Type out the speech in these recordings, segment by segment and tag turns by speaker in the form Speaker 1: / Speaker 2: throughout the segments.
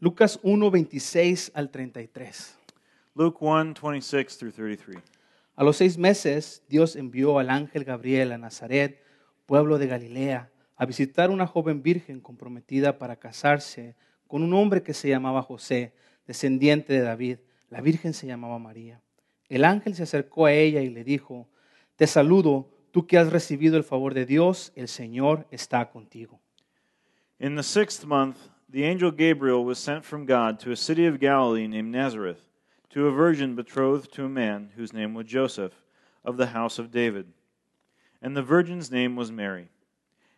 Speaker 1: Lucas 1, 26 al 33.
Speaker 2: Luke 1 26 through 33.
Speaker 1: A los seis meses, Dios envió al ángel Gabriel a Nazaret, pueblo de Galilea, a visitar una joven virgen comprometida para casarse con un hombre que se llamaba José, descendiente de David. La virgen se llamaba María. El ángel se acercó a ella y le dijo, Te saludo, tú que has recibido el favor de Dios, el Señor está contigo.
Speaker 2: In the sixth month, the angel Gabriel was sent from God to a city of Galilee named Nazareth, to a virgin betrothed to a man whose name was Joseph, of the house of David. And the virgin's name was Mary.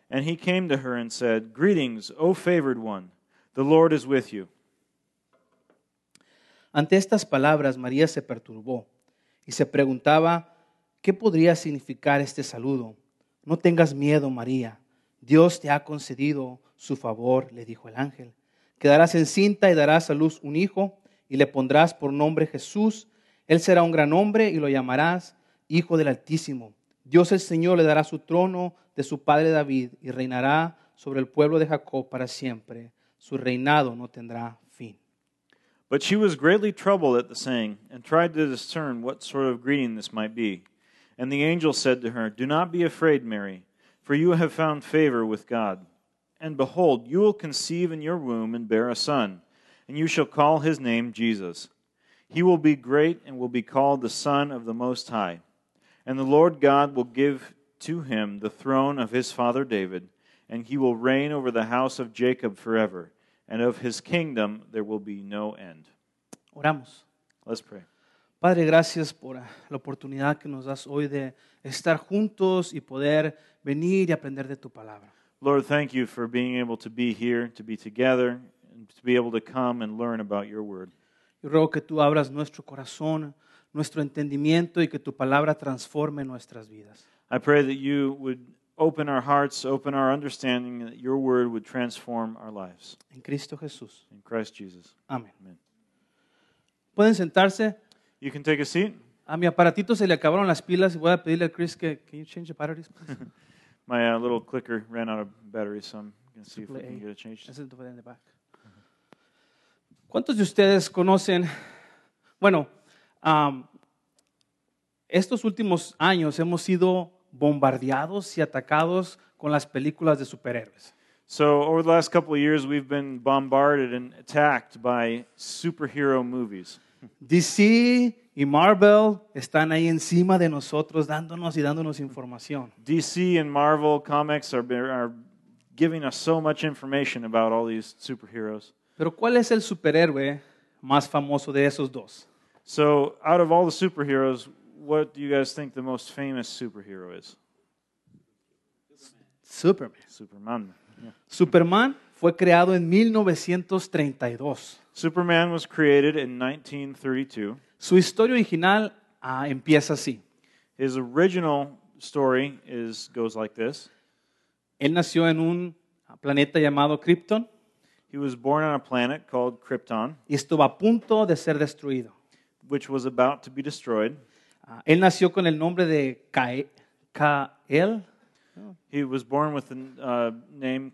Speaker 2: And he came to her and said, Greetings, O favored one, the Lord is with you.
Speaker 1: Ante estas palabras María se perturbó y se preguntaba qué podría significar este saludo. No tengas miedo, María. Dios te ha concedido su favor, le dijo el ángel. Quedarás encinta y darás a luz un hijo y le pondrás por nombre Jesús. Él será un gran hombre y lo llamarás Hijo del Altísimo. Dios el Señor le dará su trono de su padre David y reinará sobre el pueblo de Jacob para siempre. Su reinado no tendrá fin.
Speaker 2: But she was greatly troubled at the saying, and tried to discern what sort of greeting this might be. And the angel said to her, Do not be afraid, Mary, for you have found favor with God. And behold, you will conceive in your womb and bear a son, and you shall call his name Jesus. He will be great and will be called the Son of the Most High. And the Lord God will give to him the throne of his father David, and he will reign over the house of Jacob forever, and of his kingdom there will be no end.
Speaker 1: Oramos.
Speaker 2: Let's pray.
Speaker 1: Padre, gracias por ah, la oportunidad que nos das hoy de estar juntos y poder venir y aprender de tu palabra.
Speaker 2: Lord, thank you for being able to be here, to be together, and to be able to come and learn about your word.
Speaker 1: Yo ruego que tú abras nuestro corazón, nuestro entendimiento y que tu palabra transforme nuestras vidas.
Speaker 2: I pray that you would open our hearts, open our understanding, and that your word would transform our lives.
Speaker 1: En Cristo Jesús.
Speaker 2: In Christ Jesus.
Speaker 1: Amén.
Speaker 2: Amén.
Speaker 1: Pueden sentarse.
Speaker 2: You can take a seat.
Speaker 1: A mi aparatito se le acabaron las pilas y voy a pedirle a Chris que can you change the batteries, please?
Speaker 2: My uh, little clicker ran out of battery, so I'm going to see if we
Speaker 1: Triple A.
Speaker 2: can get it changed.
Speaker 1: Ese es el de back. ¿Cuántos de ustedes conocen? Bueno, am, estos últimos años hemos sido bombardeados y atacados con las películas de superhéroes.
Speaker 2: So, over the last couple of years, we've been bombarded and attacked by superhero movies.
Speaker 1: DC y Marvel están ahí encima de nosotros dándonos y dándonos información.
Speaker 2: DC and Marvel comics are, are giving us so much information about all these superheroes.
Speaker 1: Pero ¿cuál es el superhéroe más famoso de esos dos?
Speaker 2: So, out of all the superheroes, what do you guys think the most famous superhero is?
Speaker 1: Superman.
Speaker 2: Superman. Yeah.
Speaker 1: Superman fue creado en 1932.
Speaker 2: Superman was created in 1932.
Speaker 1: Su historia original ah, empieza así.
Speaker 2: His original story is goes like this:
Speaker 1: Él nació en un ah, planeta llamado Krypton
Speaker 2: He was born on a planet called Krypton,
Speaker 1: y estuvo a punto de ser destruido.
Speaker 2: which was about to be destroyed.
Speaker 1: Ah, él nació con el nombre de Kae- Kael.
Speaker 2: He was born with the uh, name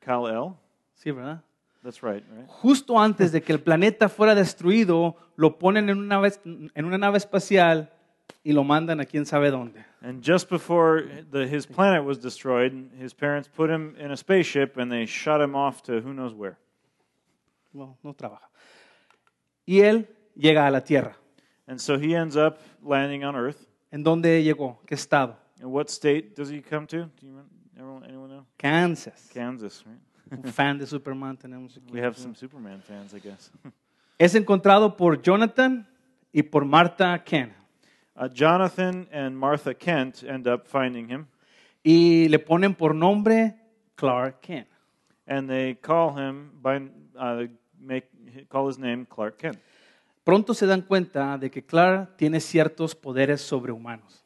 Speaker 2: Kal El.
Speaker 1: Sí, ¿verdad?
Speaker 2: That's right, right?
Speaker 1: Justo antes de que el planeta fuera destruido, lo ponen en una nave, en una nave espacial y lo mandan a quién sabe dónde.
Speaker 2: And just before the, his planet was destroyed, his parents put him in a spaceship and they shot him off to who knows where.
Speaker 1: No, no trabaja. Y él llega a la Tierra.
Speaker 2: And so he ends up landing on Earth.
Speaker 1: ¿En dónde llegó? ¿Qué estado?
Speaker 2: And what state does he come to? Do you remember, everyone, anyone know?
Speaker 1: Kansas.
Speaker 2: Kansas, right?
Speaker 1: Un fan de Superman tenemos aquí.
Speaker 2: We have some Superman fans, I guess.
Speaker 1: Es encontrado por Jonathan y por Martha Ken.
Speaker 2: Uh, Jonathan and Martha Kent end up finding him,
Speaker 1: Y le ponen por nombre Clark Kent.
Speaker 2: and they call him by uh, make call his name Clark Kent.
Speaker 1: Pronto se dan cuenta de que Clark tiene ciertos poderes sobrehumanos.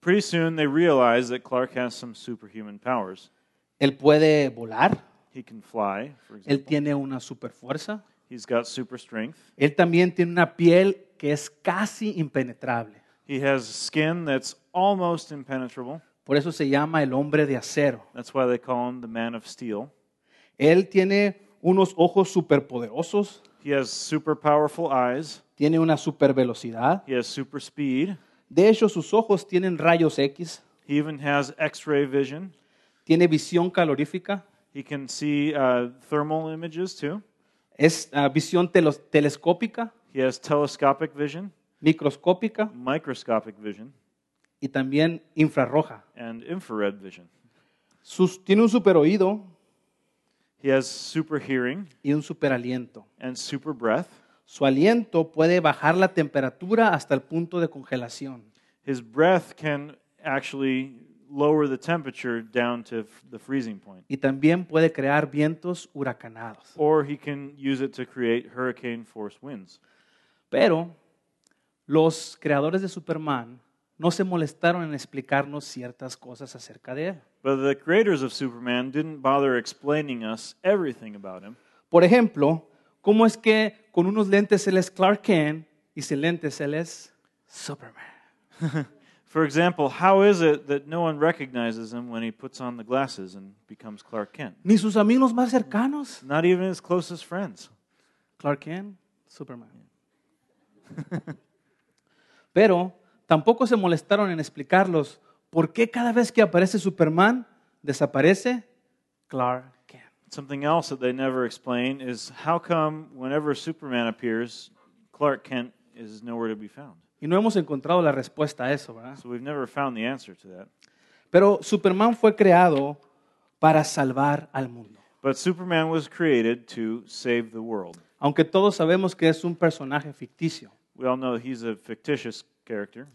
Speaker 2: Pretty soon, they realize that Clark has some superhuman powers.
Speaker 1: Él puede volar,
Speaker 2: He can fly, for
Speaker 1: él
Speaker 2: example.
Speaker 1: tiene una superfuerza,
Speaker 2: He's got super strength.
Speaker 1: él también tiene una piel que es casi impenetrable.
Speaker 2: He has skin that's almost impenetrable.
Speaker 1: Por eso se llama el hombre de acero.
Speaker 2: That's why they call him the Man of Steel.
Speaker 1: Él tiene unos ojos superpoderosos,
Speaker 2: He has super powerful eyes.
Speaker 1: tiene una super velocidad.
Speaker 2: He has super speed.
Speaker 1: De hecho, sus ojos tienen rayos X,
Speaker 2: He even has x ray vision.
Speaker 1: tiene visión calorífica,
Speaker 2: He can see uh, thermal images too.
Speaker 1: es ah, visión telo- telescópica,
Speaker 2: He has telescopic vision,
Speaker 1: microscópica
Speaker 2: microscopic vision,
Speaker 1: y también infrarroja.
Speaker 2: and infrared vision.
Speaker 1: Sus- tiene un super oído
Speaker 2: He has super hearing
Speaker 1: y un super aliento.
Speaker 2: and super breath.
Speaker 1: Su aliento puede bajar la temperatura hasta el punto de congelación.
Speaker 2: His breath can actually lower the temperature down to f- the freezing point.
Speaker 1: Y también puede crear vientos huracanados.
Speaker 2: Or he can use it to create hurricane force winds.
Speaker 1: Pero los creadores de Superman no se molestaron en explicarnos ciertas cosas acerca de él.
Speaker 2: But the creators of Superman didn't bother explaining us everything about him.
Speaker 1: Por ejemplo, ¿cómo es que con unos lentes él es Clark Kent y sin lentes él es Superman?
Speaker 2: For example, how is it that no one recognizes him when he puts on the glasses and becomes Clark Kent?
Speaker 1: Ni sus amigos más cercanos.
Speaker 2: Not even his closest friends.
Speaker 1: Clark Kent, Superman. Pero tampoco se molestaron en explicarlos por qué cada vez que aparece Superman desaparece Clark Kent.
Speaker 2: Something else that they never explain is how come whenever Superman appears, Clark Kent is nowhere to be found.
Speaker 1: Y no hemos encontrado la respuesta a eso, ¿verdad?
Speaker 2: So we've never found the answer to that.
Speaker 1: Pero Superman fue creado para salvar al mundo.
Speaker 2: But Superman was created to save the world.
Speaker 1: Aunque todos sabemos que es un personaje ficticio.
Speaker 2: We all know he's a fictitious character,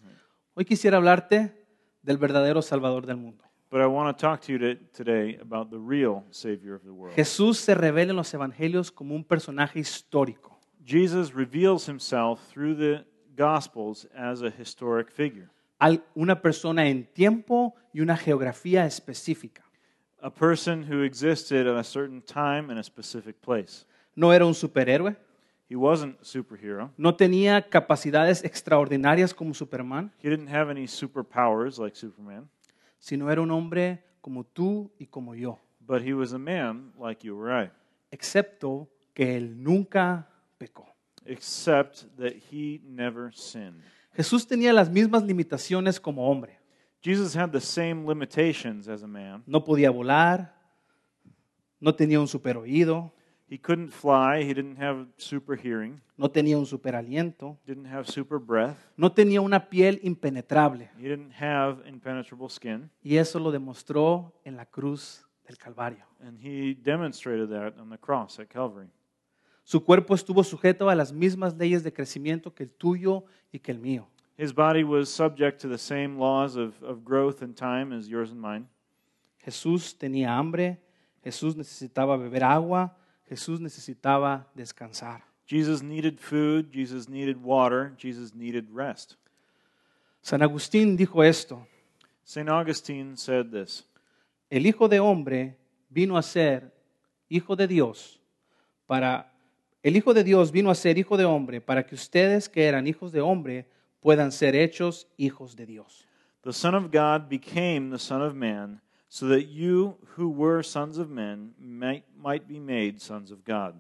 Speaker 1: Hoy quisiera hablarte del verdadero salvador del mundo.
Speaker 2: but I want to talk to you to, today about the real savior of the world.
Speaker 1: Jesús se revela en los evangelios como un personaje histórico.
Speaker 2: Jesus reveals himself through the Gospels as a historic figure,
Speaker 1: al- una persona en tiempo y una geografía específica.
Speaker 2: a person who existed at a certain time in a specific place.
Speaker 1: No era un superhéroe,
Speaker 2: He wasn't a superhero.
Speaker 1: no tenía capacidades extraordinarias como Superman,
Speaker 2: He didn't have any superpowers like Superman,
Speaker 1: sino era un hombre como tú y como yo,
Speaker 2: but he was a man like you or I,
Speaker 1: excepto que él nunca pecó.
Speaker 2: except that he never sinned.
Speaker 1: Jesús tenía las mismas limitaciones como hombre.
Speaker 2: Jesus had the same limitations as a man.
Speaker 1: No podía volar, no tenía un super oído,
Speaker 2: He couldn't fly, he didn't have super hearing,
Speaker 1: no tenía un super aliento,
Speaker 2: didn't have super breath,
Speaker 1: no tenía una piel impenetrable.
Speaker 2: he didn't have impenetrable skin,
Speaker 1: Y eso lo demostró en la cruz del Calvario.
Speaker 2: and he demonstrated that on the cross at Calvary.
Speaker 1: Su cuerpo estuvo sujeto a las mismas leyes de crecimiento que el tuyo y que el mío.
Speaker 2: His body was subject to the same laws of, of growth and time as yours and mine.
Speaker 1: Jesús tenía hambre, Jesús necesitaba beber agua, Jesús necesitaba descansar.
Speaker 2: Jesus needed food, Jesus needed water, Jesus needed rest.
Speaker 1: San Agustín dijo esto,
Speaker 2: St. Augustine said this
Speaker 1: el Hijo de Hombre vino a ser Hijo de Dios para... El Hijo de Dios vino a ser Hijo de Hombre para que ustedes que eran hijos de hombre puedan ser hechos hijos de Dios.
Speaker 2: The Son of God became the Son of Man, so that you who were sons of men might, might be made sons of God.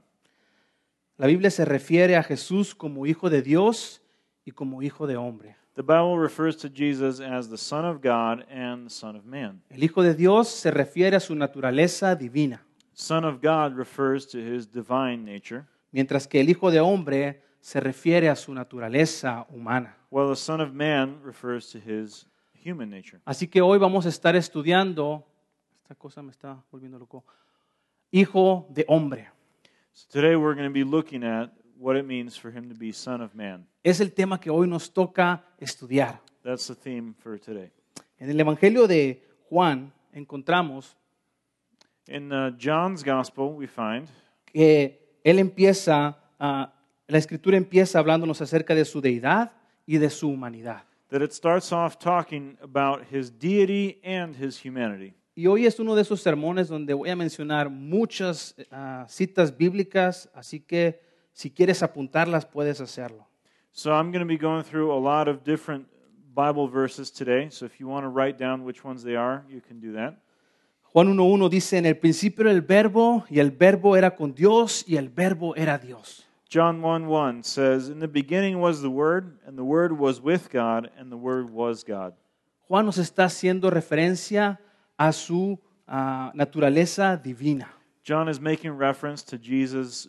Speaker 1: La Biblia se refiere a Jesús como Hijo de Dios y como Hijo de Hombre.
Speaker 2: The Bible refers to Jesus as the Son of God and the Son of Man.
Speaker 1: El Hijo de Dios se refiere a su naturaleza divina,
Speaker 2: Son of God refers to his divine nature,
Speaker 1: mientras que el Hijo de Hombre se refiere a su naturaleza humana.
Speaker 2: while the Son of Man refers to his human nature.
Speaker 1: Así que hoy vamos a estar estudiando, esta cosa me está volviendo loco, Hijo de Hombre.
Speaker 2: So today we're going to be looking at what it means for him to be Son of Man.
Speaker 1: Es el tema que hoy nos toca estudiar.
Speaker 2: That's the theme for today.
Speaker 1: En el Evangelio de Juan encontramos
Speaker 2: In uh, John's Gospel, we find
Speaker 1: que él empieza, ah, la escritura empieza hablándonos acerca de su deidad y de su humanidad.
Speaker 2: that it starts off talking about his deity and his humanity.
Speaker 1: Y hoy es uno de esos sermones donde voy a mencionar muchas eh, ah, citas bíblicas, así que si quieres apuntarlas puedes hacerlo.
Speaker 2: So I'm going to be going through a lot of different Bible verses today. So if you want to write down which ones they are, you can do that.
Speaker 1: Juan 1.1 dice, en el principio era el verbo y el verbo era con Dios y el verbo era Dios.
Speaker 2: John 1 1 says, In the beginning was the Word, and the Word was with God, and the Word was God.
Speaker 1: Juan nos está haciendo referencia a su ah, naturaleza divina.
Speaker 2: John is making reference to Jesus'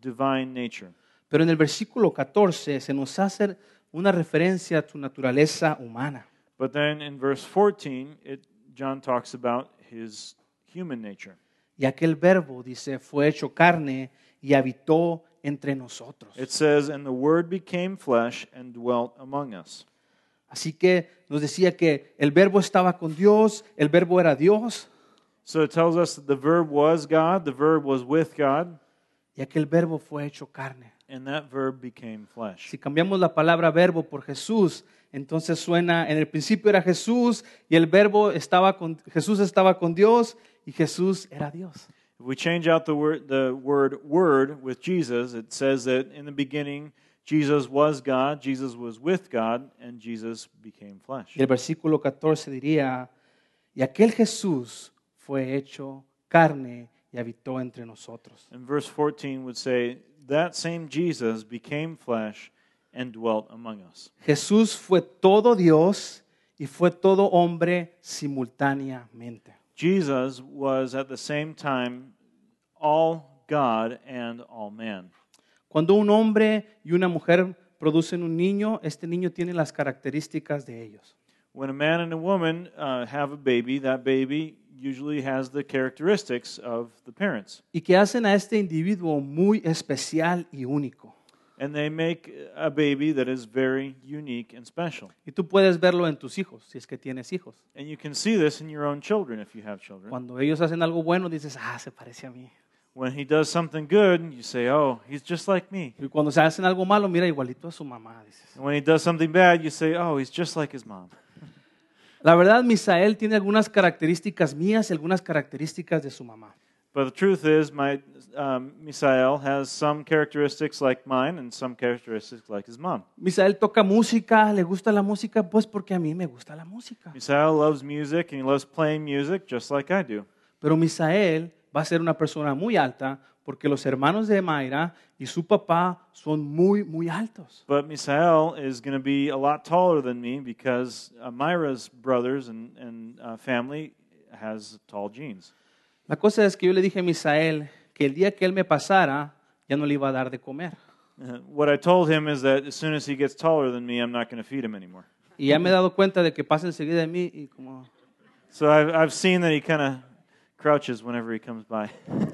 Speaker 2: divine nature.
Speaker 1: Pero en el versículo 14 se nos hace una referencia a su naturaleza humana.
Speaker 2: But then in verse 14, it, John talks about his human nature.
Speaker 1: Y aquel verbo, dice, fue hecho carne y habitó entre nosotros.
Speaker 2: It says, And the Word became flesh and dwelt among us.
Speaker 1: Así que nos decía que el verbo estaba con Dios, el verbo era Dios,
Speaker 2: So it tells us that the Verb was God, the Verb was with God,
Speaker 1: y aquel verbo fue hecho carne.
Speaker 2: and that Verb became flesh.
Speaker 1: Si cambiamos la palabra verbo por Jesús, entonces suena, en el principio era Jesús y el verbo estaba con, Jesús estaba con Dios y Jesús era Dios.
Speaker 2: If we change out the word, the word word with Jesus, it says that in the beginning, Jesus was God, Jesus was with God, and Jesus became flesh.
Speaker 1: Y el versículo 14 diría, y aquel Jesús fue hecho carne y habitó entre nosotros.
Speaker 2: And verse 14 would say, That same Jesus became flesh and dwelt among us.
Speaker 1: Jesús fue todo Dios y fue todo hombre simultáneamente.
Speaker 2: Jesus was at the same time all God and all man.
Speaker 1: Cuando un hombre y una mujer producen un niño, este niño tiene las características de ellos.
Speaker 2: When a man and a woman uh, have a baby, that baby usually has the characteristics of the parents.
Speaker 1: y que hacen a este individuo muy especial y único.
Speaker 2: And they make a baby that is very unique and special.
Speaker 1: Y tú puedes verlo en tus hijos, si es que tienes hijos.
Speaker 2: And you can see this in your own children if you have children.
Speaker 1: Cuando ellos hacen algo bueno, dices, ah, se parece a mí.
Speaker 2: When he does something good, you say, Oh, he's just like me.
Speaker 1: Y cuando se hacen algo malo, mira, igualito a su mamá, dices.
Speaker 2: And when he does something bad, you say, Oh, he's just like his mom.
Speaker 1: La verdad, Misael tiene algunas características mías y algunas características de su mamá.
Speaker 2: But the truth is, my um, Misael has some characteristics like mine and some characteristics like his mom.
Speaker 1: Misael toca música, le gusta la música, pues porque a mí me gusta la música.
Speaker 2: Misael loves music and he loves playing music just like I do.
Speaker 1: Pero Misael va a ser una persona muy alta porque los hermanos de Mayra y su papá son muy, muy altos.
Speaker 2: But Misael is going to be a lot taller than me because uh, Myra's brothers and, and uh, family has tall genes.
Speaker 1: La cosa es que yo le dije a Misael que el día que él me pasara, ya no le iba a dar de comer.
Speaker 2: Uh, what I told him is that as soon as he gets taller than me, I'm not going to feed him anymore.
Speaker 1: Y ya me he dado cuenta de que pasa enseguida de mí y como...
Speaker 2: So I've, I've seen that he kind of crouches whenever he comes by.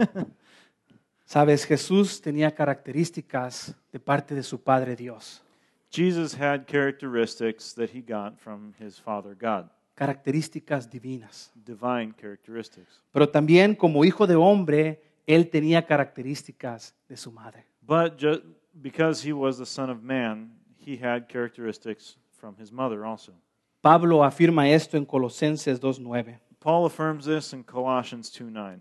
Speaker 1: Sabes, Jesús tenía características de parte de su Padre Dios,
Speaker 2: Jesus had characteristics that he got from his father God,
Speaker 1: características divinas.
Speaker 2: divine characteristics.
Speaker 1: Pero también como hijo de hombre, él tenía características de su madre.
Speaker 2: But ju- because he was the son of man, he had characteristics from his mother also.
Speaker 1: Pablo afirma esto en Colosenses 2.9.
Speaker 2: Paul affirms this in Colossians 2 9.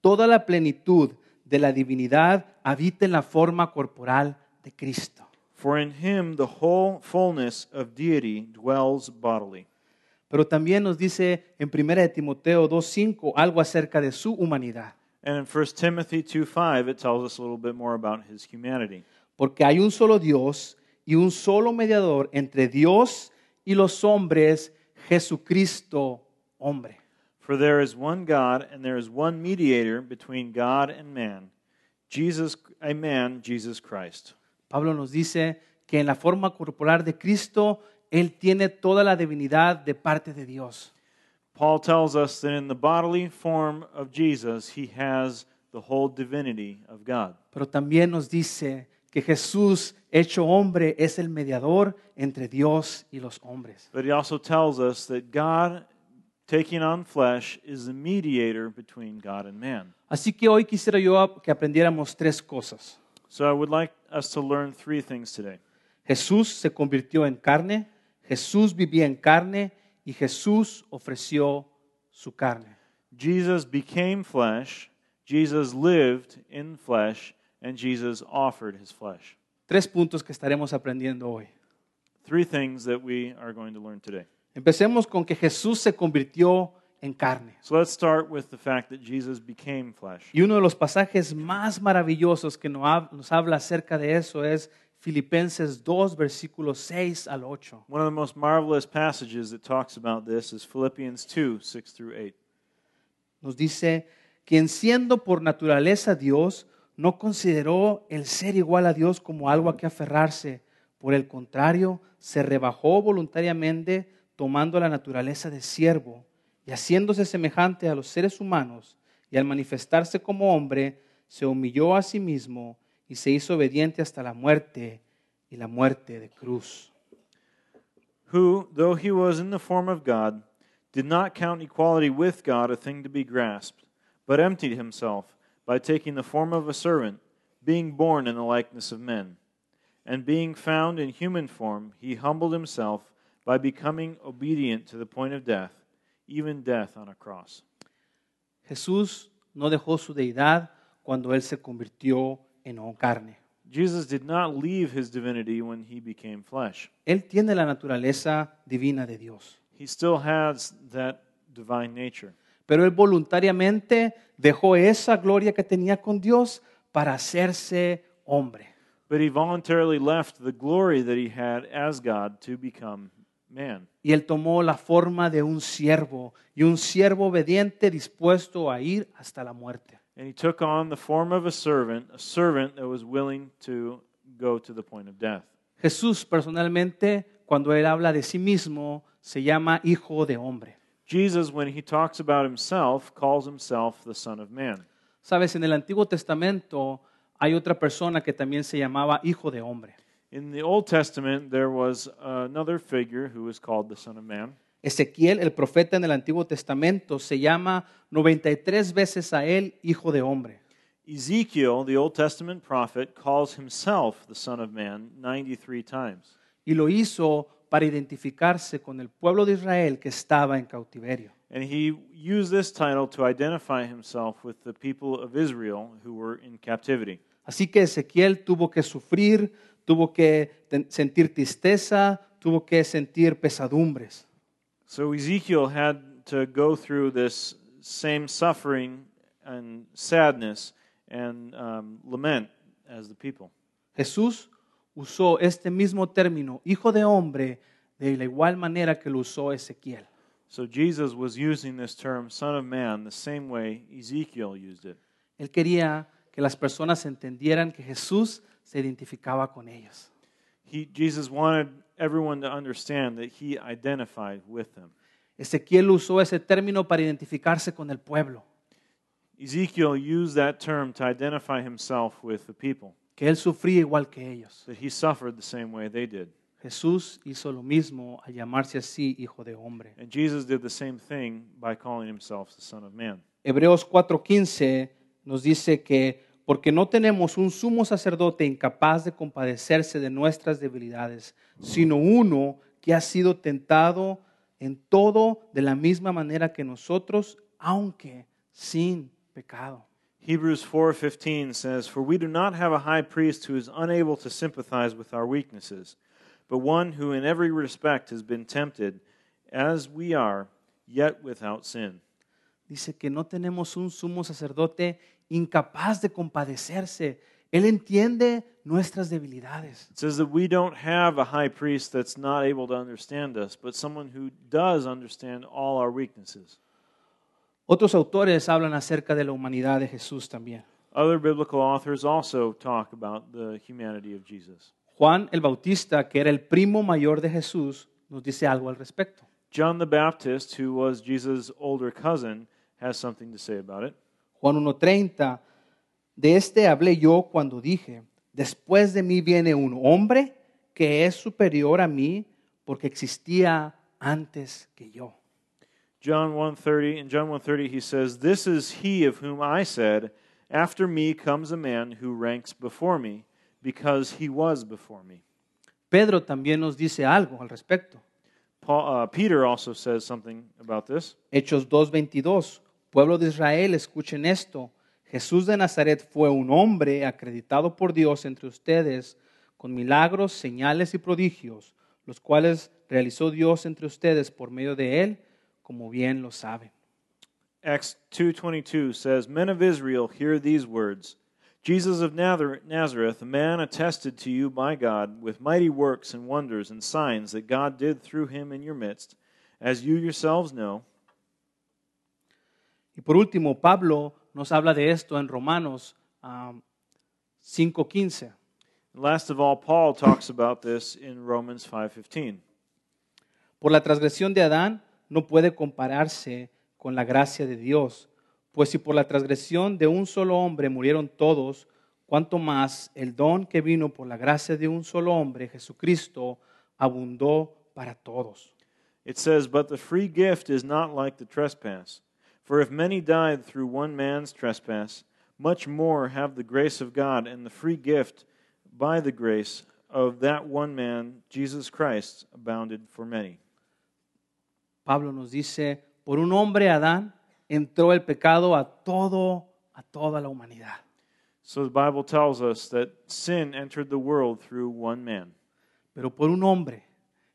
Speaker 1: Toda la plenitud de la divinidad habita en la forma corporal de Cristo.
Speaker 2: For in him the whole fullness of deity dwells bodily.
Speaker 1: Pero también nos dice en 1 de Timoteo 2.5 algo acerca de su humanidad.
Speaker 2: And in 1 Timothy 2 5, it tells us a little bit more about his humanity.
Speaker 1: Porque hay un solo Dios y un solo mediador entre Dios y los hombres, Jesucristo hombre.
Speaker 2: For there is one God, and there is one mediator between God and man, Jesus, a man, Jesus Christ.
Speaker 1: Pablo nos dice que en la forma corporal de Cristo, Él tiene toda la divinidad de parte de Dios.
Speaker 2: Paul tells us that in the bodily form of Jesus, he has the whole divinity of God.
Speaker 1: Pero también nos dice que Jesús, hecho hombre, es el mediador entre Dios y los hombres.
Speaker 2: But he also tells us that God, taking on flesh, is the mediator between God and man.
Speaker 1: Así que hoy quisiera yo que aprendiéramos tres cosas.
Speaker 2: So I would like us to learn three things today.
Speaker 1: Jesús se convirtió en carne, Jesús vivía en carne y Jesús ofreció su carne.
Speaker 2: Jesus became flesh, Jesus lived in flesh, and Jesus offered his flesh.
Speaker 1: Tres puntos que estaremos aprendiendo hoy.
Speaker 2: Three things that we are going to learn today.
Speaker 1: Empecemos con que Jesús se convirtió en carne.
Speaker 2: So let's start with the fact that Jesus became flesh.
Speaker 1: Y uno de los pasajes más maravillosos que no hab- nos habla acerca de eso es Filipenses 2, versículos 6 al 8.
Speaker 2: One of the most marvelous passages that talks about this is Philippians 2 6 through 8.
Speaker 1: Nos dice, quien siendo por naturaleza Dios, no consideró el ser igual a Dios como algo a que aferrarse. Por el contrario, se rebajó voluntariamente tomando la naturaleza de siervo y haciéndose semejante a los seres humanos y al manifestarse como hombre, se humilló a sí mismo y se hizo obediente hasta la muerte y la muerte de cruz.
Speaker 2: who, though he was in the form of God, did not count equality with God a thing to be grasped, but emptied himself by taking the form of a servant, being born in the likeness of men. And being found in human form, he humbled himself by becoming obedient to the point of death, even death on a cross.
Speaker 1: Jesús no dejó su deidad cuando él se convirtió en carne.
Speaker 2: Jesus did not leave his divinity when he became flesh.
Speaker 1: Él tiene la naturaleza divina de Dios,
Speaker 2: He still has that divine nature.
Speaker 1: pero él voluntariamente dejó esa gloria que tenía con Dios para hacerse hombre.
Speaker 2: But he voluntarily left the glory that he had as God to become man.
Speaker 1: Y él tomó la forma de un siervo y un siervo obediente dispuesto a ir hasta la muerte.
Speaker 2: And he took on the form of a servant, a servant that was willing to go to the point of death.
Speaker 1: Jesús personalmente, cuando él habla de sí mismo, se llama hijo de hombre.
Speaker 2: Jesus, when he talks about himself, calls himself the Son of Man.
Speaker 1: Sabes, en el Antiguo Testamento hay otra persona que también se llamaba hijo de hombre.
Speaker 2: In the Old Testament, there was another figure who was called the Son of Man.
Speaker 1: Ezequiel, el profeta en el Antiguo Testamento, se llama 93 veces a él hijo de hombre.
Speaker 2: Ezekiel, the Old Testament prophet, calls himself the Son of Man 93 times.
Speaker 1: Y lo hizo para identificarse con el pueblo de Israel que estaba en cautiverio.
Speaker 2: And he used this title to identify himself with the people of Israel who were in captivity.
Speaker 1: Así que Ezequiel tuvo que sufrir, tuvo que ten- sentir tristeza, tuvo que sentir pesadumbres.
Speaker 2: So Ezekiel had to go through this same suffering and sadness and um, lament as the people.
Speaker 1: Jesús usó este mismo término, hijo de hombre, de la igual manera que lo usó Ezequiel.
Speaker 2: So Jesus was using this term, Son of Man, the same way Ezekiel used it.
Speaker 1: Él quería que las personas entendieran que Jesús se identificaba con ellos.
Speaker 2: He, Jesus wanted everyone to understand that he identified with them.
Speaker 1: Ezequiel usó ese término para identificarse con el pueblo,
Speaker 2: Ezekiel used that term to identify himself with the people,
Speaker 1: que él sufría igual que ellos.
Speaker 2: that he suffered the same way they did.
Speaker 1: Jesús hizo lo mismo al llamarse así hijo de hombre.
Speaker 2: And Jesus did the same thing by calling himself the Son of Man.
Speaker 1: Hebreos 4:15 nos dice que porque no tenemos un sumo sacerdote incapaz de compadecerse de nuestras debilidades, sino uno que ha sido tentado en todo de la misma manera que nosotros, aunque sin pecado.
Speaker 2: Hebrews 4:15 says, "For we do not have a high priest who is unable to sympathize with our weaknesses, but one who in every respect has been tempted as we are, yet without sin."
Speaker 1: Dice que no tenemos un sumo sacerdote incapaz de compadecerse. Él entiende nuestras debilidades.
Speaker 2: It says that we don't have a high priest that's not able to understand us, but someone who does understand all our weaknesses.
Speaker 1: Otros autores hablan acerca de la humanidad de Jesús también.
Speaker 2: Other biblical authors also talk about the humanity of Jesus.
Speaker 1: Juan el Bautista, que era el primo mayor de Jesús, nos dice algo al respecto.
Speaker 2: John the Baptist, who was Jesus' older cousin, has something to say about it.
Speaker 1: Juan 1.30, de este hablé yo cuando dije, después de mí viene un hombre que es superior a mí porque existía antes que yo.
Speaker 2: John 1:30 in John 1:30 he says, "This is he of whom I said, after me comes a man who ranks before me, because he was before me."
Speaker 1: Pedro también nos dice algo al respecto.
Speaker 2: Paul, uh, Peter also says something about this.
Speaker 1: Hechos 2.22, pueblo de Israel, escuchen esto. Jesús de Nazaret fue un hombre acreditado por Dios entre ustedes con milagros, señales y prodigios, los cuales realizó Dios entre ustedes por medio de él, como bien lo saben.
Speaker 2: Acts 2:22 says, "Men of Israel, hear these words: Jesus of Nazar- Nazareth, a man attested to you by God with mighty works and wonders and signs that God did through him in your midst, as you yourselves know."
Speaker 1: Y por último, Pablo nos habla de esto en Romanos ah, 5.15.
Speaker 2: And last of all, Paul talks about this in Romans 5:15.
Speaker 1: Por la transgresión de Adán no puede compararse con la gracia de Dios, pues si por la transgresión de un solo hombre murieron todos, cuanto más el don que vino por la gracia de un solo hombre, Jesucristo, abundó para todos.
Speaker 2: It says, But the free gift is not like the trespass. For if many died through one man's trespass, much more have the grace of God and the free gift by the grace of that one man, Jesus Christ, abounded for many.
Speaker 1: Pablo nos dice, por un hombre Adán entró el pecado a todo a toda la humanidad.
Speaker 2: So the Bible tells us that sin entered the world through one man.
Speaker 1: Pero por un hombre,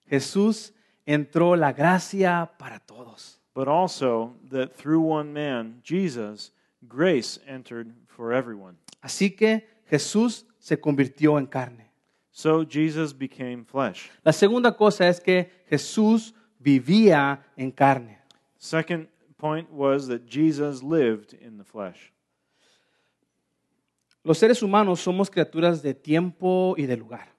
Speaker 1: Jesús, entró la gracia para todos.
Speaker 2: but also that through one man, Jesus, grace entered for everyone.
Speaker 1: Así que Jesús se convirtió en carne.
Speaker 2: So Jesus became flesh.
Speaker 1: La segunda cosa es que Jesús vivía en carne.
Speaker 2: Second point was that Jesus lived in the flesh.
Speaker 1: Los seres humanos somos criaturas de tiempo y de lugar.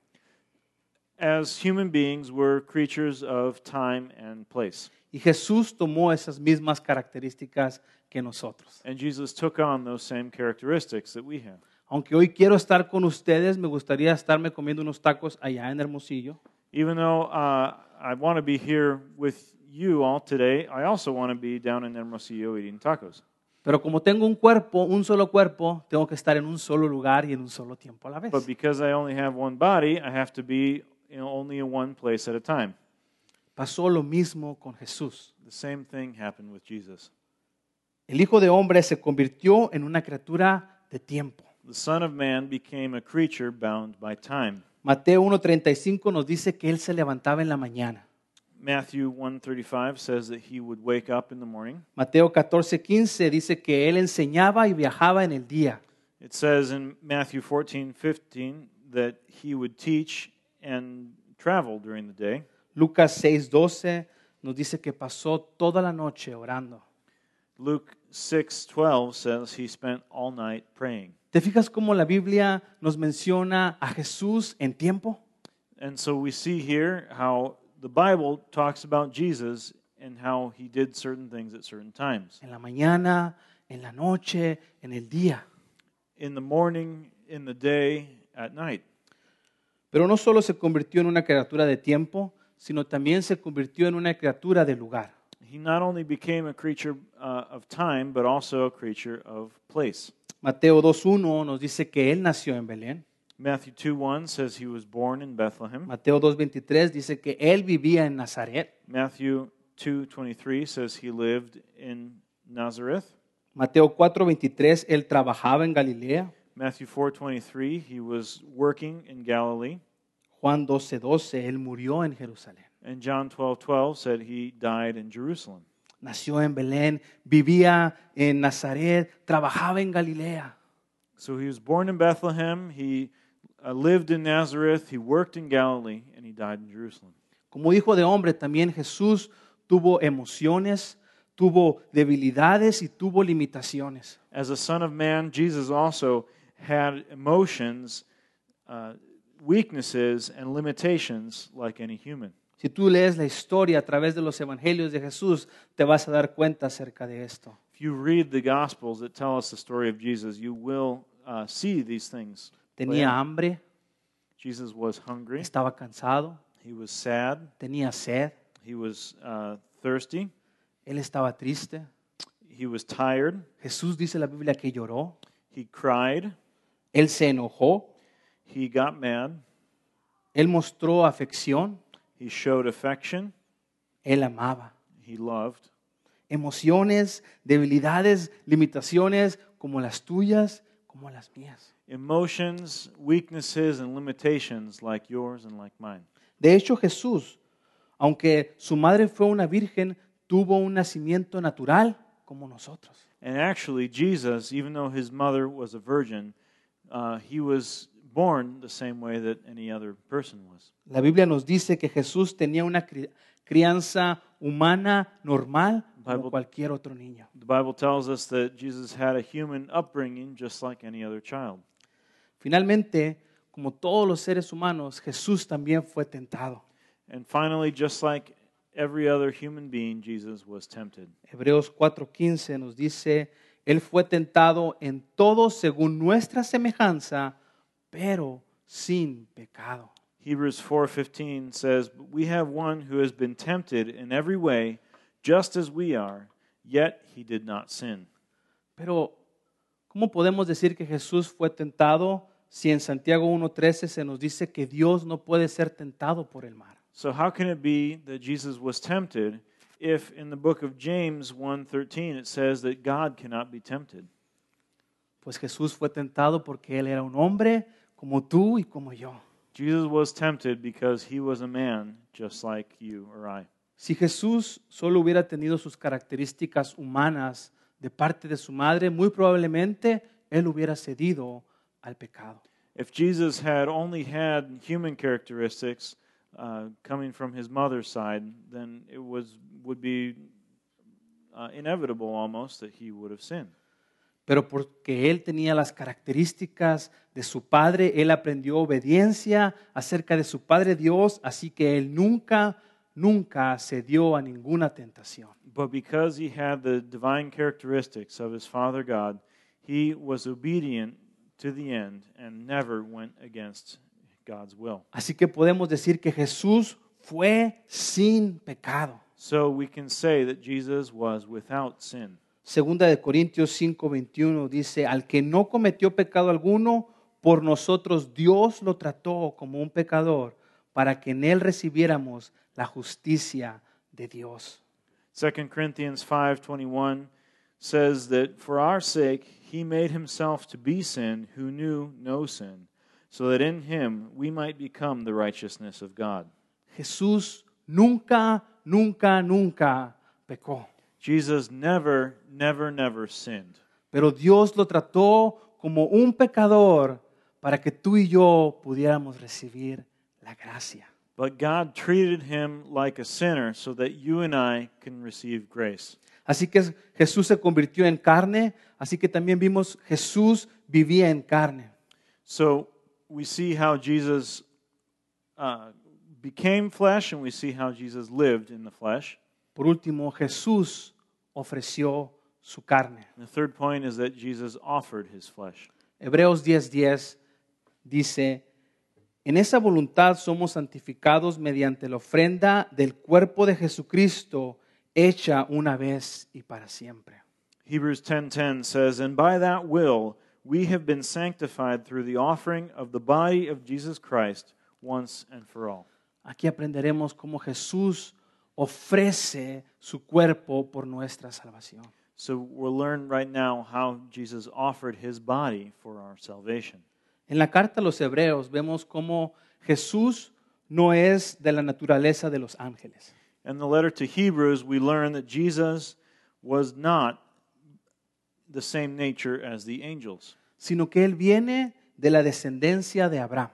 Speaker 2: As human beings, we're creatures of time and place.
Speaker 1: Y Jesús tomó esas mismas características que nosotros.
Speaker 2: And Jesus took on those same characteristics that we have.
Speaker 1: Aunque hoy quiero estar con ustedes, me gustaría estarme comiendo unos tacos allá en Hermosillo.
Speaker 2: Even though uh, I want to be here with you all today, I also want to be down in Hermosillo eating tacos.
Speaker 1: Pero como tengo un cuerpo, un solo cuerpo, tengo que estar en un solo lugar y en un solo tiempo a la vez.
Speaker 2: But because I only have one body, I have to be in only in one place at a time.
Speaker 1: Pasó lo mismo con Jesús.
Speaker 2: The same thing happened with Jesus.
Speaker 1: El Hijo de Hombre se convirtió en una criatura de tiempo.
Speaker 2: The Son of Man became a creature bound by time.
Speaker 1: Mateo 1.35 nos dice que Él se levantaba en la mañana.
Speaker 2: Matthew 1:35 says that he would wake up in the morning.
Speaker 1: Mateo 14.15 dice que Él enseñaba y viajaba en el día.
Speaker 2: It says in Matthew 14:15 that he would teach and travel during the day.
Speaker 1: Lucas 6.12 nos dice que pasó toda la noche orando.
Speaker 2: Luke 6:12 says he spent all night praying.
Speaker 1: ¿Te fijas cómo la Biblia nos menciona a Jesús en tiempo?
Speaker 2: And so we see here how the Bible talks about Jesus and how he did certain things at certain times.
Speaker 1: En la mañana, en la noche, en el día.
Speaker 2: In the morning, in the day, at night.
Speaker 1: Pero no solo se convirtió en una criatura de tiempo, sino también se convirtió en una criatura de lugar.
Speaker 2: He not only became a creature uh, of time, but also a creature of place.
Speaker 1: Mateo 2.1 nos dice que él nació en Belén.
Speaker 2: Matthew 2 1 says he was born in Bethlehem.
Speaker 1: Mateo 2.23 dice que él vivía en Nazaret.
Speaker 2: Matthew two twenty three says he lived in Nazareth.
Speaker 1: Mateo 4.23, él trabajaba en Galilea.
Speaker 2: Matthew four twenty three he was working in Galilee.
Speaker 1: Juan 12.12, él murió en Jerusalén.
Speaker 2: And John twelve twelve said he died in Jerusalem.
Speaker 1: Nació en Belén, vivía en Nazaret, trabajaba en Galilea.
Speaker 2: So he was born in Bethlehem, he uh, lived in Nazareth, he worked in Galilee, and he died in Jerusalem.
Speaker 1: Como hijo de hombre también Jesús tuvo emociones, tuvo debilidades y tuvo limitaciones.
Speaker 2: As a son of man, Jesus also had emotions, uh, weaknesses, and limitations like any human.
Speaker 1: Si tú lees la historia a través de los evangelios de Jesús, te vas a dar cuenta acerca de esto.
Speaker 2: If you read the Gospels that tell us the story of Jesus, you will uh, see these things. play out.
Speaker 1: Tenía hambre,
Speaker 2: Jesus was hungry,
Speaker 1: estaba cansado,
Speaker 2: he was sad,
Speaker 1: tenía sed,
Speaker 2: he was uh, thirsty,
Speaker 1: él estaba triste.
Speaker 2: he was tired,
Speaker 1: Jesús dice en la Biblia que lloró,
Speaker 2: he cried,
Speaker 1: él se enojó,
Speaker 2: he got mad,
Speaker 1: él mostró afección,
Speaker 2: he showed affection,
Speaker 1: él amaba.
Speaker 2: he loved.
Speaker 1: Emociones, debilidades, limitaciones como las tuyas, como las mías.
Speaker 2: emotions, weaknesses, and limitations like yours and like mine.
Speaker 1: De hecho, Jesús, aunque su madre fue una virgen, tuvo un nacimiento natural como nosotros.
Speaker 2: And actually, Jesus, even though his mother was a virgin, uh, he was born the same way that any other person was.
Speaker 1: La Biblia nos dice que Jesús tenía una cri- crianza humana normal como
Speaker 2: Bible-
Speaker 1: cualquier otro niño.
Speaker 2: The Bible tells us that Jesus had a human upbringing just like any other child.
Speaker 1: Finalmente, como todos los seres humanos, Jesús también fue tentado.
Speaker 2: And finally, just like every other human being, Jesus was tempted.
Speaker 1: Hebreos 4:15 nos dice, Él fue tentado en todo según nuestra semejanza, pero sin pecado.
Speaker 2: Hebrews 4:15 says, "But we have one who has been tempted in every way, just as we are, yet he did not sin."
Speaker 1: Pero, ¿cómo podemos decir que Jesús fue tentado si en Santiago 1.13 se nos dice que Dios no puede ser tentado por el mar?
Speaker 2: So how can it be that Jesus was tempted if in the book of James 1:13 it says that God cannot be tempted?
Speaker 1: Pues Jesús fue tentado porque Él era un hombre como tú y como yo.
Speaker 2: Jesus was tempted because he was a man just like you or I.
Speaker 1: Si Jesús solo hubiera tenido sus características humanas de parte de su madre, muy probablemente Él hubiera cedido al pecado.
Speaker 2: If Jesus had only had human characteristics uh, coming from his mother's side, then it was would be uh, inevitable almost that he would have sinned.
Speaker 1: Pero porque Él tenía las características de su Padre, Él aprendió obediencia acerca de su Padre Dios, así que Él nunca, nunca cedió a ninguna tentación.
Speaker 2: But because he had the divine characteristics of his Father God, he was obedient to the end and never went against God's will.
Speaker 1: Así que podemos decir que Jesús fue sin pecado.
Speaker 2: So we can say that Jesus was without sin.
Speaker 1: Segunda de Corintios 5:21 dice, al que no cometió pecado alguno, por nosotros Dios lo trató como un pecador, para que en él recibiéramos la justicia de Dios.
Speaker 2: 2 Corinthians 5:21 says that for our sake he made himself to be sin who knew no sin, so that in him we might become the righteousness of God.
Speaker 1: Jesús nunca, nunca, nunca pecó,
Speaker 2: Jesus never never never sinned.
Speaker 1: pero Dios lo trató como un pecador para que tú y yo pudiéramos recibir la gracia.
Speaker 2: But God treated him like a sinner so that you and I can receive grace.
Speaker 1: Así que Jesús se convirtió en carne, así que también vimos Jesús vivía en carne.
Speaker 2: So we see how Jesus uh, became flesh and we see how Jesus lived in the flesh.
Speaker 1: Por último, Jesús ofreció su carne.
Speaker 2: And the third point is that Jesus offered his flesh.
Speaker 1: Hebreos 10:10 dice, en esa voluntad somos santificados mediante la ofrenda del cuerpo de Jesucristo hecha una vez y para siempre.
Speaker 2: Hebrews 10:10 says, "And by that will we have been sanctified through the offering of the body of Jesus Christ once and for all."
Speaker 1: Aquí aprenderemos cómo Jesús ofrece su cuerpo por nuestra salvación.
Speaker 2: So we'll learn right now how Jesus offered his body for our salvation.
Speaker 1: En la carta a los Hebreos vemos cómo Jesús no es de la naturaleza de los ángeles.
Speaker 2: In the letter to Hebrews, we learn that Jesus was not the same nature as the angels,
Speaker 1: sino que él viene de la descendencia de Abraham.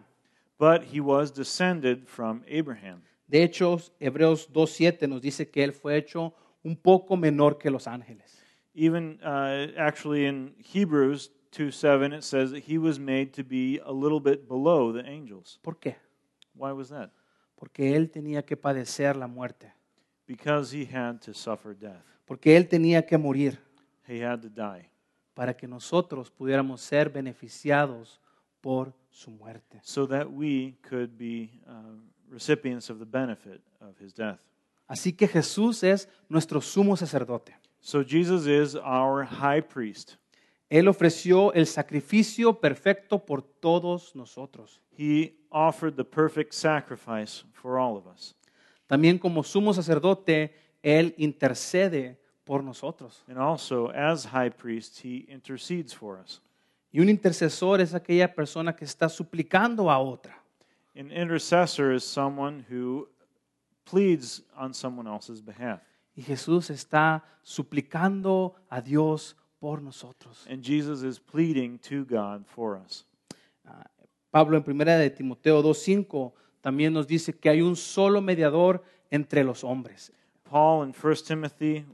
Speaker 2: but he was descended from Abraham.
Speaker 1: De hecho, Hebreos 2.7 nos dice que él fue hecho un poco menor que los ángeles.
Speaker 2: Even uh, actually in Hebrews 2 7, it says that he was made to be a little bit below the angels.
Speaker 1: ¿Por qué?
Speaker 2: Why was that?
Speaker 1: Porque él tenía que padecer la muerte,
Speaker 2: Because he had to suffer death,
Speaker 1: porque él tenía que morir
Speaker 2: he had to die,
Speaker 1: para que nosotros pudiéramos ser beneficiados por su muerte.
Speaker 2: so that we could be uh, recipients of the benefit of his death.
Speaker 1: Así que Jesús es nuestro sumo sacerdote.
Speaker 2: So Jesus is our high priest.
Speaker 1: Él ofreció el sacrificio perfecto por todos nosotros.
Speaker 2: He offered the perfect sacrifice for all of us.
Speaker 1: También como sumo sacerdote, Él intercede por nosotros.
Speaker 2: And also, as high priest, he intercedes for us.
Speaker 1: Y un intercesor es aquella persona que está suplicando a otra.
Speaker 2: An intercessor is someone who pleads on someone else's behalf.
Speaker 1: Y Jesús está suplicando a Dios por nosotros.
Speaker 2: And Jesus is pleading to God for us.
Speaker 1: Pablo en primera de Timoteo 2:5 también nos dice que hay un solo mediador entre los hombres,
Speaker 2: Paul in 1 Timothy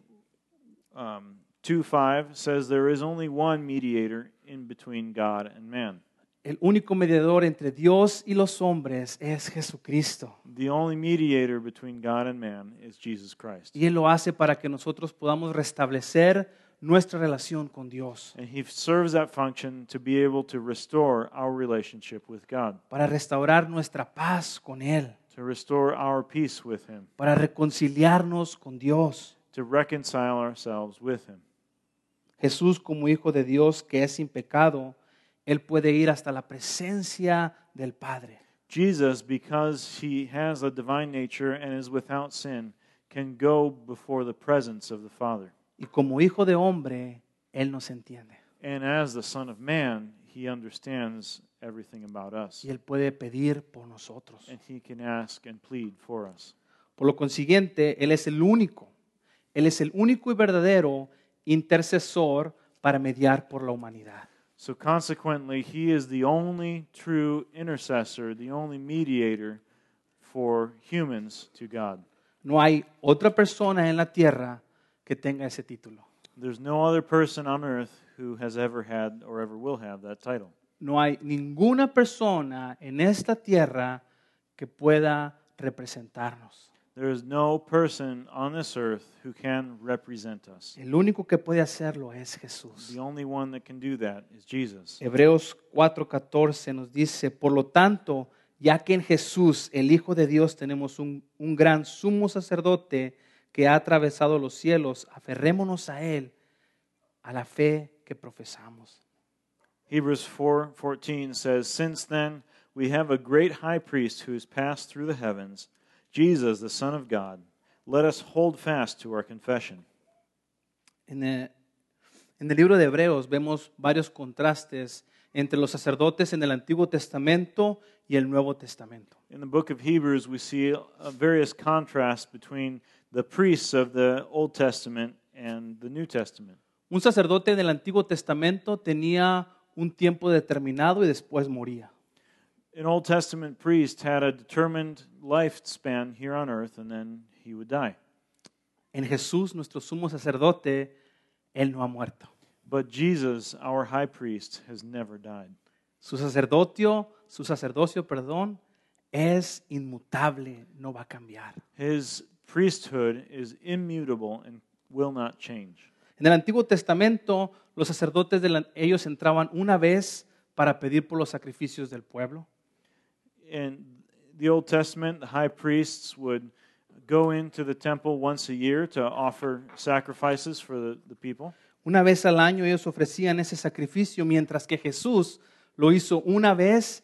Speaker 2: um, 2 5 says, There is only one mediator in between God and man.
Speaker 1: El único mediador entre Dios y los hombres es Jesucristo.
Speaker 2: The only mediator between God and man is Jesus Christ.
Speaker 1: Y Él lo hace para que nosotros podamos restablecer nuestra relación con Dios,
Speaker 2: And he serves that function to be able to restore our relationship with God,
Speaker 1: para restaurar nuestra paz con Él,
Speaker 2: to restore our peace with him,
Speaker 1: para reconciliarnos con Dios.
Speaker 2: to reconcile ourselves with him.
Speaker 1: Jesús como Hijo de Dios que es sin pecado, Él puede ir hasta la presencia del Padre.
Speaker 2: Jesus, because he has a divine nature and is without sin, can go before the presence of the Father.
Speaker 1: Y como Hijo de hombre, Él nos entiende.
Speaker 2: And as the Son of Man, he understands everything about us.
Speaker 1: Y Él puede pedir por nosotros.
Speaker 2: And he can ask and plead for us.
Speaker 1: Por lo consiguiente, Él es el único, Él es el único y verdadero intercesor para mediar por la humanidad.
Speaker 2: So consequently, he is the only true intercessor, the only mediator for humans to God.
Speaker 1: No hay otra persona en la tierra que tenga ese título.
Speaker 2: There's no other person on earth who has ever had or ever will have that title.
Speaker 1: No hay ninguna persona en esta tierra que pueda representarnos.
Speaker 2: There is no person on this earth who can represent us.
Speaker 1: El único que puede hacerlo es Jesús.
Speaker 2: The only one that can do that is Jesus.
Speaker 1: Hebreos 4:14 nos dice, por lo tanto, ya que en Jesús, el Hijo de Dios, tenemos un, un gran sumo sacerdote que ha atravesado los cielos, aferrémonos a Él, a la fe que profesamos.
Speaker 2: Hebrews 4:14 says, "Since then we have a great high priest who has passed through the heavens, Jesus the Son of God. Let us hold fast to our confession."
Speaker 1: En el, en el libro de Hebreos vemos varios contrastes entre los sacerdotes en el Antiguo Testamento y el Nuevo Testamento.
Speaker 2: In the book of Hebrews, we see uh, various contrasts between the priests of the Old Testament and the New Testament.
Speaker 1: Un sacerdote del Antiguo Testamento tenía un tiempo determinado y después moría.
Speaker 2: An Old Testament priest had a determined lifespan here on earth and then he would die.
Speaker 1: En Jesús, nuestro sumo sacerdote, Él no ha muerto.
Speaker 2: But Jesus, our high priest, has never died.
Speaker 1: Su sacerdocio, su sacerdocio, perdón, es inmutable, no va a cambiar.
Speaker 2: His priesthood is immutable and will not change.
Speaker 1: En el Antiguo Testamento, los sacerdotes, de la- ellos entraban una vez para pedir por los sacrificios del pueblo.
Speaker 2: In the Old Testament, the high priests would go into the temple once a year to offer sacrifices for the, the people.
Speaker 1: Una vez al año ellos ofrecían ese sacrificio, mientras que Jesús lo hizo una vez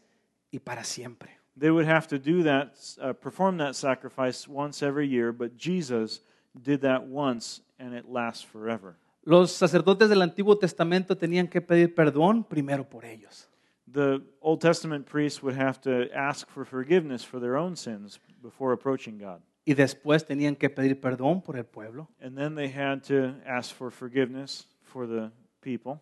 Speaker 1: y para siempre.
Speaker 2: They would have to do that, uh, perform that sacrifice once every year, but Jesus did that once and it lasts forever.
Speaker 1: Los sacerdotes del Antiguo Testamento tenían que pedir perdón primero por ellos.
Speaker 2: The Old Testament priests would have to ask for forgiveness for their own sins before approaching God.
Speaker 1: y después tenían que pedir perdón por el pueblo.
Speaker 2: And then they had to ask for forgiveness for the people.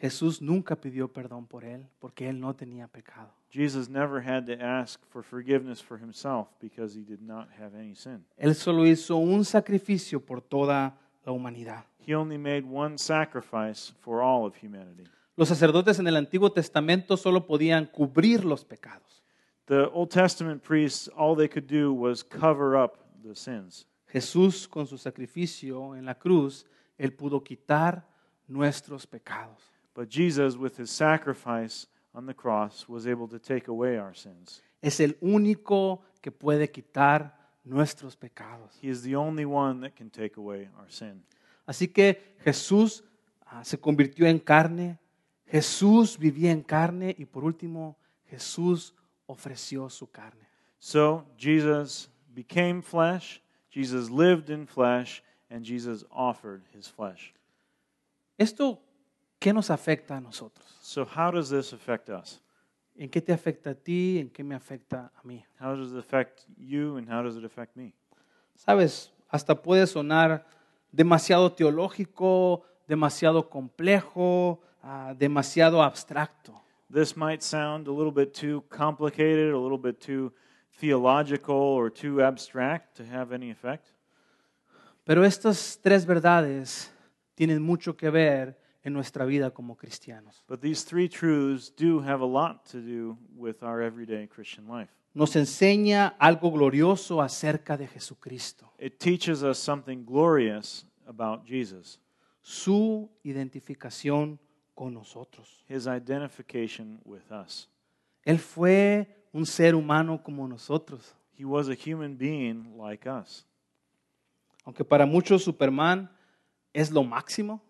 Speaker 1: Jesús nunca pidió perdón por él porque él no tenía pecado.
Speaker 2: Jesus never had to ask for forgiveness for himself because he did not have any sin.
Speaker 1: Él solo hizo un sacrificio por toda la humanidad.
Speaker 2: He only made one sacrifice for all of humanity.
Speaker 1: Los sacerdotes en el Antiguo Testamento solo podían cubrir los pecados.
Speaker 2: The Old Testament priests, all they could do was cover up the sins.
Speaker 1: Jesús con su sacrificio en la cruz, él pudo quitar nuestros pecados.
Speaker 2: But Jesus, with his sacrifice on the cross, was able to take away our sins.
Speaker 1: Es el único que puede quitar nuestros pecados.
Speaker 2: He is the only one that can take away our sin.
Speaker 1: Así que Jesús ah, se convirtió en carne, Jesús vivía en carne y por último Jesús ofreció su carne.
Speaker 2: So Jesus became flesh, Jesus lived in flesh, and Jesus offered his flesh.
Speaker 1: ¿Esto qué nos afecta a nosotros?
Speaker 2: So, how does this affect us?
Speaker 1: ¿En qué te afecta a ti? ¿En qué me afecta a mí?
Speaker 2: How does it affect you, and how does it affect me?
Speaker 1: Sabes, hasta puede sonar demasiado teológico, demasiado complejo, ah, demasiado abstracto.
Speaker 2: This might sound a little bit too complicated, a little bit too theological, or too abstract to have any effect.
Speaker 1: Pero estas tres verdades tienen mucho que ver en nuestra vida como cristianos.
Speaker 2: But these three truths do have a lot to do with our everyday Christian life.
Speaker 1: Nos enseña algo glorioso acerca de Jesucristo,
Speaker 2: It teaches us something glorious about Jesus,
Speaker 1: su identificación con nosotros.
Speaker 2: his identification with us.
Speaker 1: Él fue un ser humano como nosotros.
Speaker 2: He was a human being like us.
Speaker 1: Aunque para muchos Superman es lo máximo,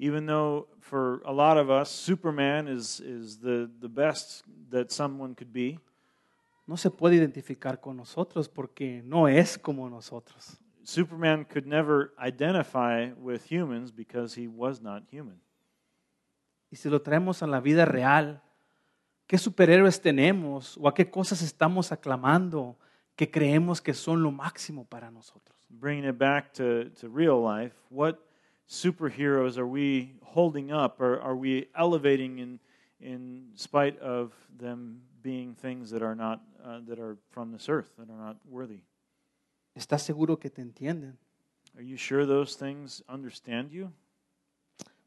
Speaker 2: Even though for a lot of us, Superman is, is the, the best that someone could be,
Speaker 1: no se puede identificar con nosotros porque no es como nosotros.
Speaker 2: Superman could never identify with humans because he was not human.
Speaker 1: Y si lo traemos a la vida real, ¿qué superhéroes tenemos o a qué cosas estamos aclamando que creemos que son lo máximo para nosotros?
Speaker 2: Bringing it back to, to real life, what superheroes are we holding up? Or are we elevating in, in spite of them being things that are, not, uh, that are from this earth, that are not worthy?
Speaker 1: ¿Estás seguro que te entienden?
Speaker 2: Are you sure those things understand you?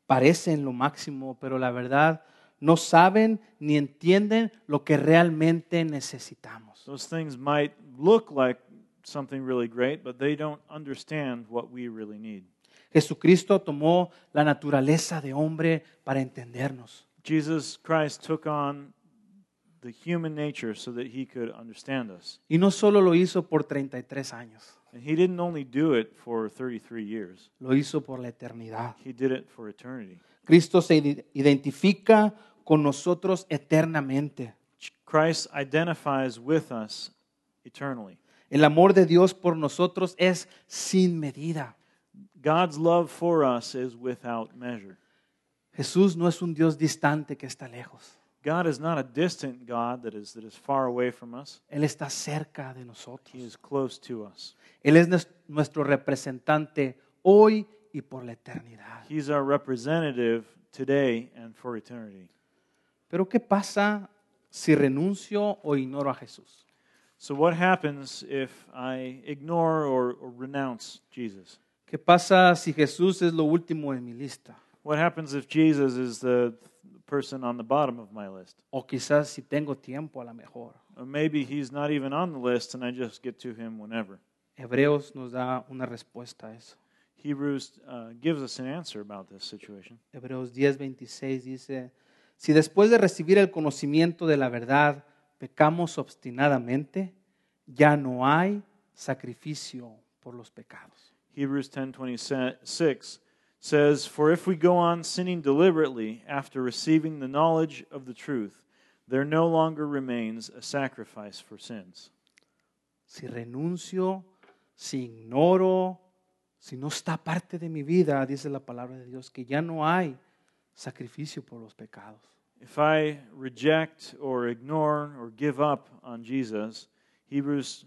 Speaker 1: Parecen lo máximo, pero la verdad no saben ni entienden lo que realmente necesitamos.
Speaker 2: Those things might look like something really great, but they don't understand what we really need.
Speaker 1: Jesucristo tomó la naturaleza de hombre para entendernos.
Speaker 2: Jesus Christ took on the human nature so that he could understand us.
Speaker 1: Y no solo lo hizo por 33 años,
Speaker 2: And he didn't only do it for 33 years,
Speaker 1: lo hizo por la eternidad.
Speaker 2: he did it for eternity.
Speaker 1: Cristo se ide- identifica con nosotros eternamente.
Speaker 2: Christ identifies with us eternally.
Speaker 1: El amor de Dios por nosotros es sin medida.
Speaker 2: God's love for us is without measure.
Speaker 1: Jesús no es un Dios distante que está lejos.
Speaker 2: God is not a distant God that is, that is far away from us.
Speaker 1: Él está cerca de
Speaker 2: He
Speaker 1: nosotros.
Speaker 2: is close to us.
Speaker 1: Él es nues- nuestro representante hoy y por la eternidad.
Speaker 2: He's our representative today and for eternity.
Speaker 1: Pero ¿qué pasa si renuncio o ignoro a Jesús?
Speaker 2: So, what happens if I ignore or, or renounce Jesus?
Speaker 1: ¿Qué pasa si Jesús es lo último en mi lista?
Speaker 2: What happens if Jesus is the person on the bottom of my list?
Speaker 1: O quizás si tengo tiempo a lo mejor.
Speaker 2: Or maybe he's not even on the list and I just get to him whenever.
Speaker 1: Hebreos nos da una respuesta a eso.
Speaker 2: Hebrews uh, gives us an answer about this situation.
Speaker 1: Hebreos 10, 26 dice, si después de recibir el conocimiento de la verdad pecamos obstinadamente, ya no hay sacrificio por los pecados.
Speaker 2: Hebrews 10:26 says, "For if we go on sinning deliberately after receiving the knowledge of the truth, there no longer remains a sacrifice for sins."
Speaker 1: Si renuncio, si ignoro, si no está parte de mi vida, dice la palabra de Dios, que ya no hay sacrificio por los pecados.
Speaker 2: If I reject or ignore or give up on Jesus, Hebrews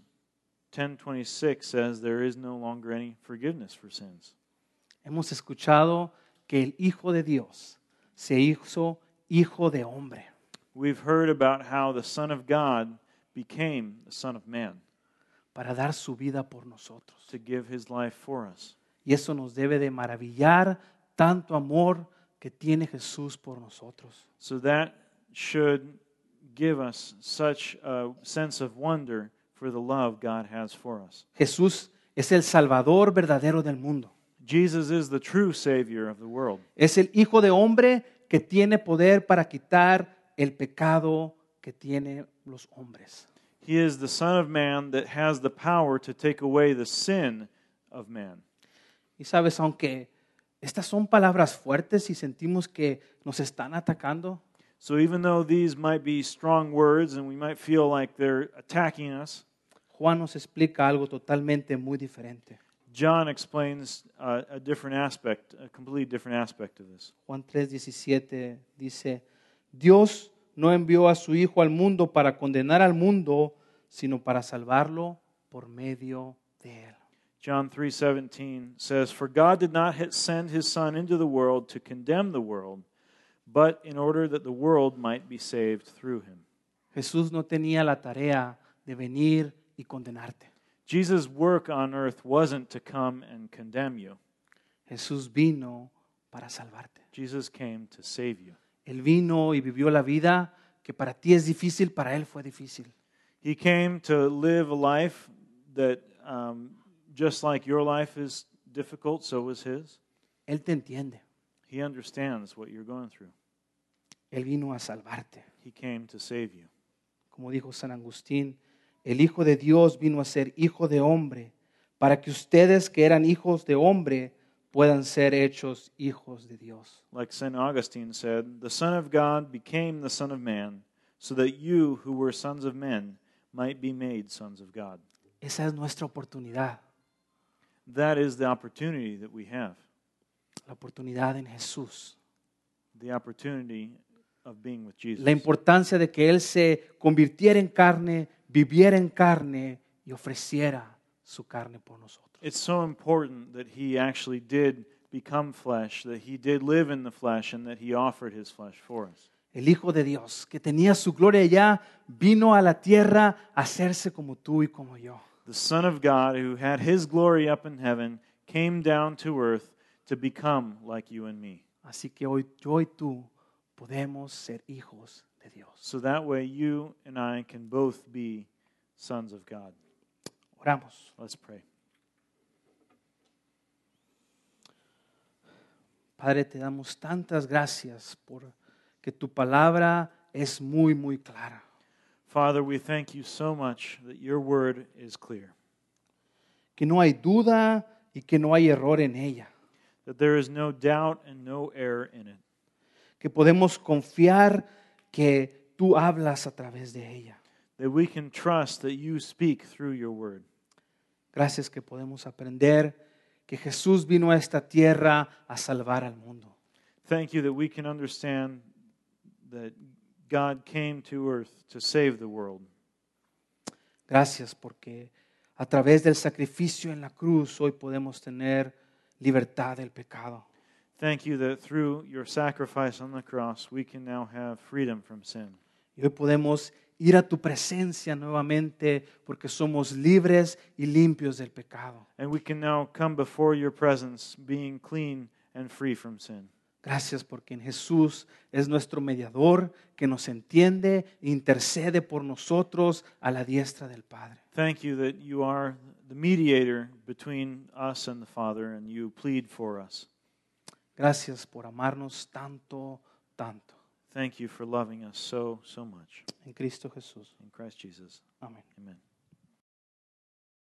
Speaker 2: 10:26 says there is no longer any forgiveness for sins.
Speaker 1: Hemos escuchado que el Hijo de Dios se hizo hijo de hombre.
Speaker 2: We've heard about how the son of God became the son of man
Speaker 1: para dar su vida por nosotros.
Speaker 2: to give his life for us.
Speaker 1: Y eso nos debe de maravillar tanto amor que tiene Jesús por nosotros.
Speaker 2: So that should give us such a sense of wonder for the love God has for us.
Speaker 1: Jesús es el Salvador verdadero del mundo.
Speaker 2: Jesus is the true savior of the world.
Speaker 1: Es el Hijo de Hombre que tiene poder para quitar el pecado que tienen los hombres.
Speaker 2: He is the Son of Man that has the power to take away the sin of man.
Speaker 1: Y sabes, aunque estas son palabras fuertes y sentimos que nos están atacando,
Speaker 2: So, even though these might be strong words and we might feel like they're attacking us,
Speaker 1: Juan nos explica algo totalmente muy diferente.
Speaker 2: John explains uh, a different aspect, a completely different aspect of this.
Speaker 1: Juan 3:17 dice, Dios no envió a su Hijo al mundo para condenar al mundo, sino para salvarlo por medio de él.
Speaker 2: John 3:17 says, "For God did not hit- send his son into the world to condemn the world, but in order that the world might be saved through him."
Speaker 1: Jesús no tenía la tarea de venir y condenarte.
Speaker 2: Jesus' work on earth wasn't to come and condemn you.
Speaker 1: Jesús vino para salvarte.
Speaker 2: Jesus came to save you.
Speaker 1: Él vino y vivió la vida que para ti es difícil, para Él fue difícil.
Speaker 2: He came to live a life that, um, just like your life is difficult, so was his.
Speaker 1: Él te entiende.
Speaker 2: He understands what you're going through.
Speaker 1: Él vino a salvarte.
Speaker 2: He came to save you.
Speaker 1: Como dijo San Agustín, el Hijo de Dios vino a ser hijo de hombre para que ustedes que eran hijos de hombre puedan ser hechos hijos de Dios.
Speaker 2: Like St. Augustine said, the Son of God became the Son of Man, so that you who were sons of men might be made sons of God.
Speaker 1: Esa es nuestra oportunidad,
Speaker 2: That is the opportunity that we have
Speaker 1: la oportunidad en Jesús.
Speaker 2: the opportunity of being with Jesus.
Speaker 1: La importancia de que Él se convirtiera en carne, viviera en carne y ofreciera su carne por nosotros.
Speaker 2: It's so important that he actually did become flesh, that he did live in the flesh, and that he offered his flesh for us.
Speaker 1: El Hijo de Dios, que tenía su gloria ya, vino a la tierra a hacerse como tú y como yo.
Speaker 2: The Son of God, who had his glory up in heaven, came down to earth to become like you and me.
Speaker 1: Así que hoy yo y tú podemos ser hijos de Dios.
Speaker 2: So that way you and I can both be sons of God.
Speaker 1: Oramos.
Speaker 2: Let's pray.
Speaker 1: Padre, te damos tantas gracias por que tu palabra es muy, muy clara.
Speaker 2: Father, we thank you so much that your word is clear,
Speaker 1: Que no hay duda y que no hay error en ella.
Speaker 2: that there is no doubt and no error in it.
Speaker 1: Que podemos confiar que tú hablas a través de ella.
Speaker 2: that we can trust that you speak through your word.
Speaker 1: Gracias que podemos aprender que Jesús vino a esta tierra a salvar al mundo.
Speaker 2: Thank you that we can understand that God came to earth to save the world.
Speaker 1: Gracias porque a través del sacrificio en la cruz hoy podemos tener libertad del pecado.
Speaker 2: Thank you that through your sacrifice on the cross, we can now have freedom from sin.
Speaker 1: Y hoy podemos ir a tu presencia nuevamente porque somos libres y limpios del pecado.
Speaker 2: And we can now come before your presence being clean and free from sin.
Speaker 1: Gracias porque en Jesús es nuestro mediador que nos entiende e intercede por nosotros a la diestra del Padre.
Speaker 2: Thank you that you are the mediator between us and the Father, and you plead for us.
Speaker 1: Gracias por amarnos tanto, tanto.
Speaker 2: Thank you for loving us so, so much.
Speaker 1: En Cristo Jesús.
Speaker 2: In Christ Jesus.
Speaker 1: Amén.
Speaker 2: Amen.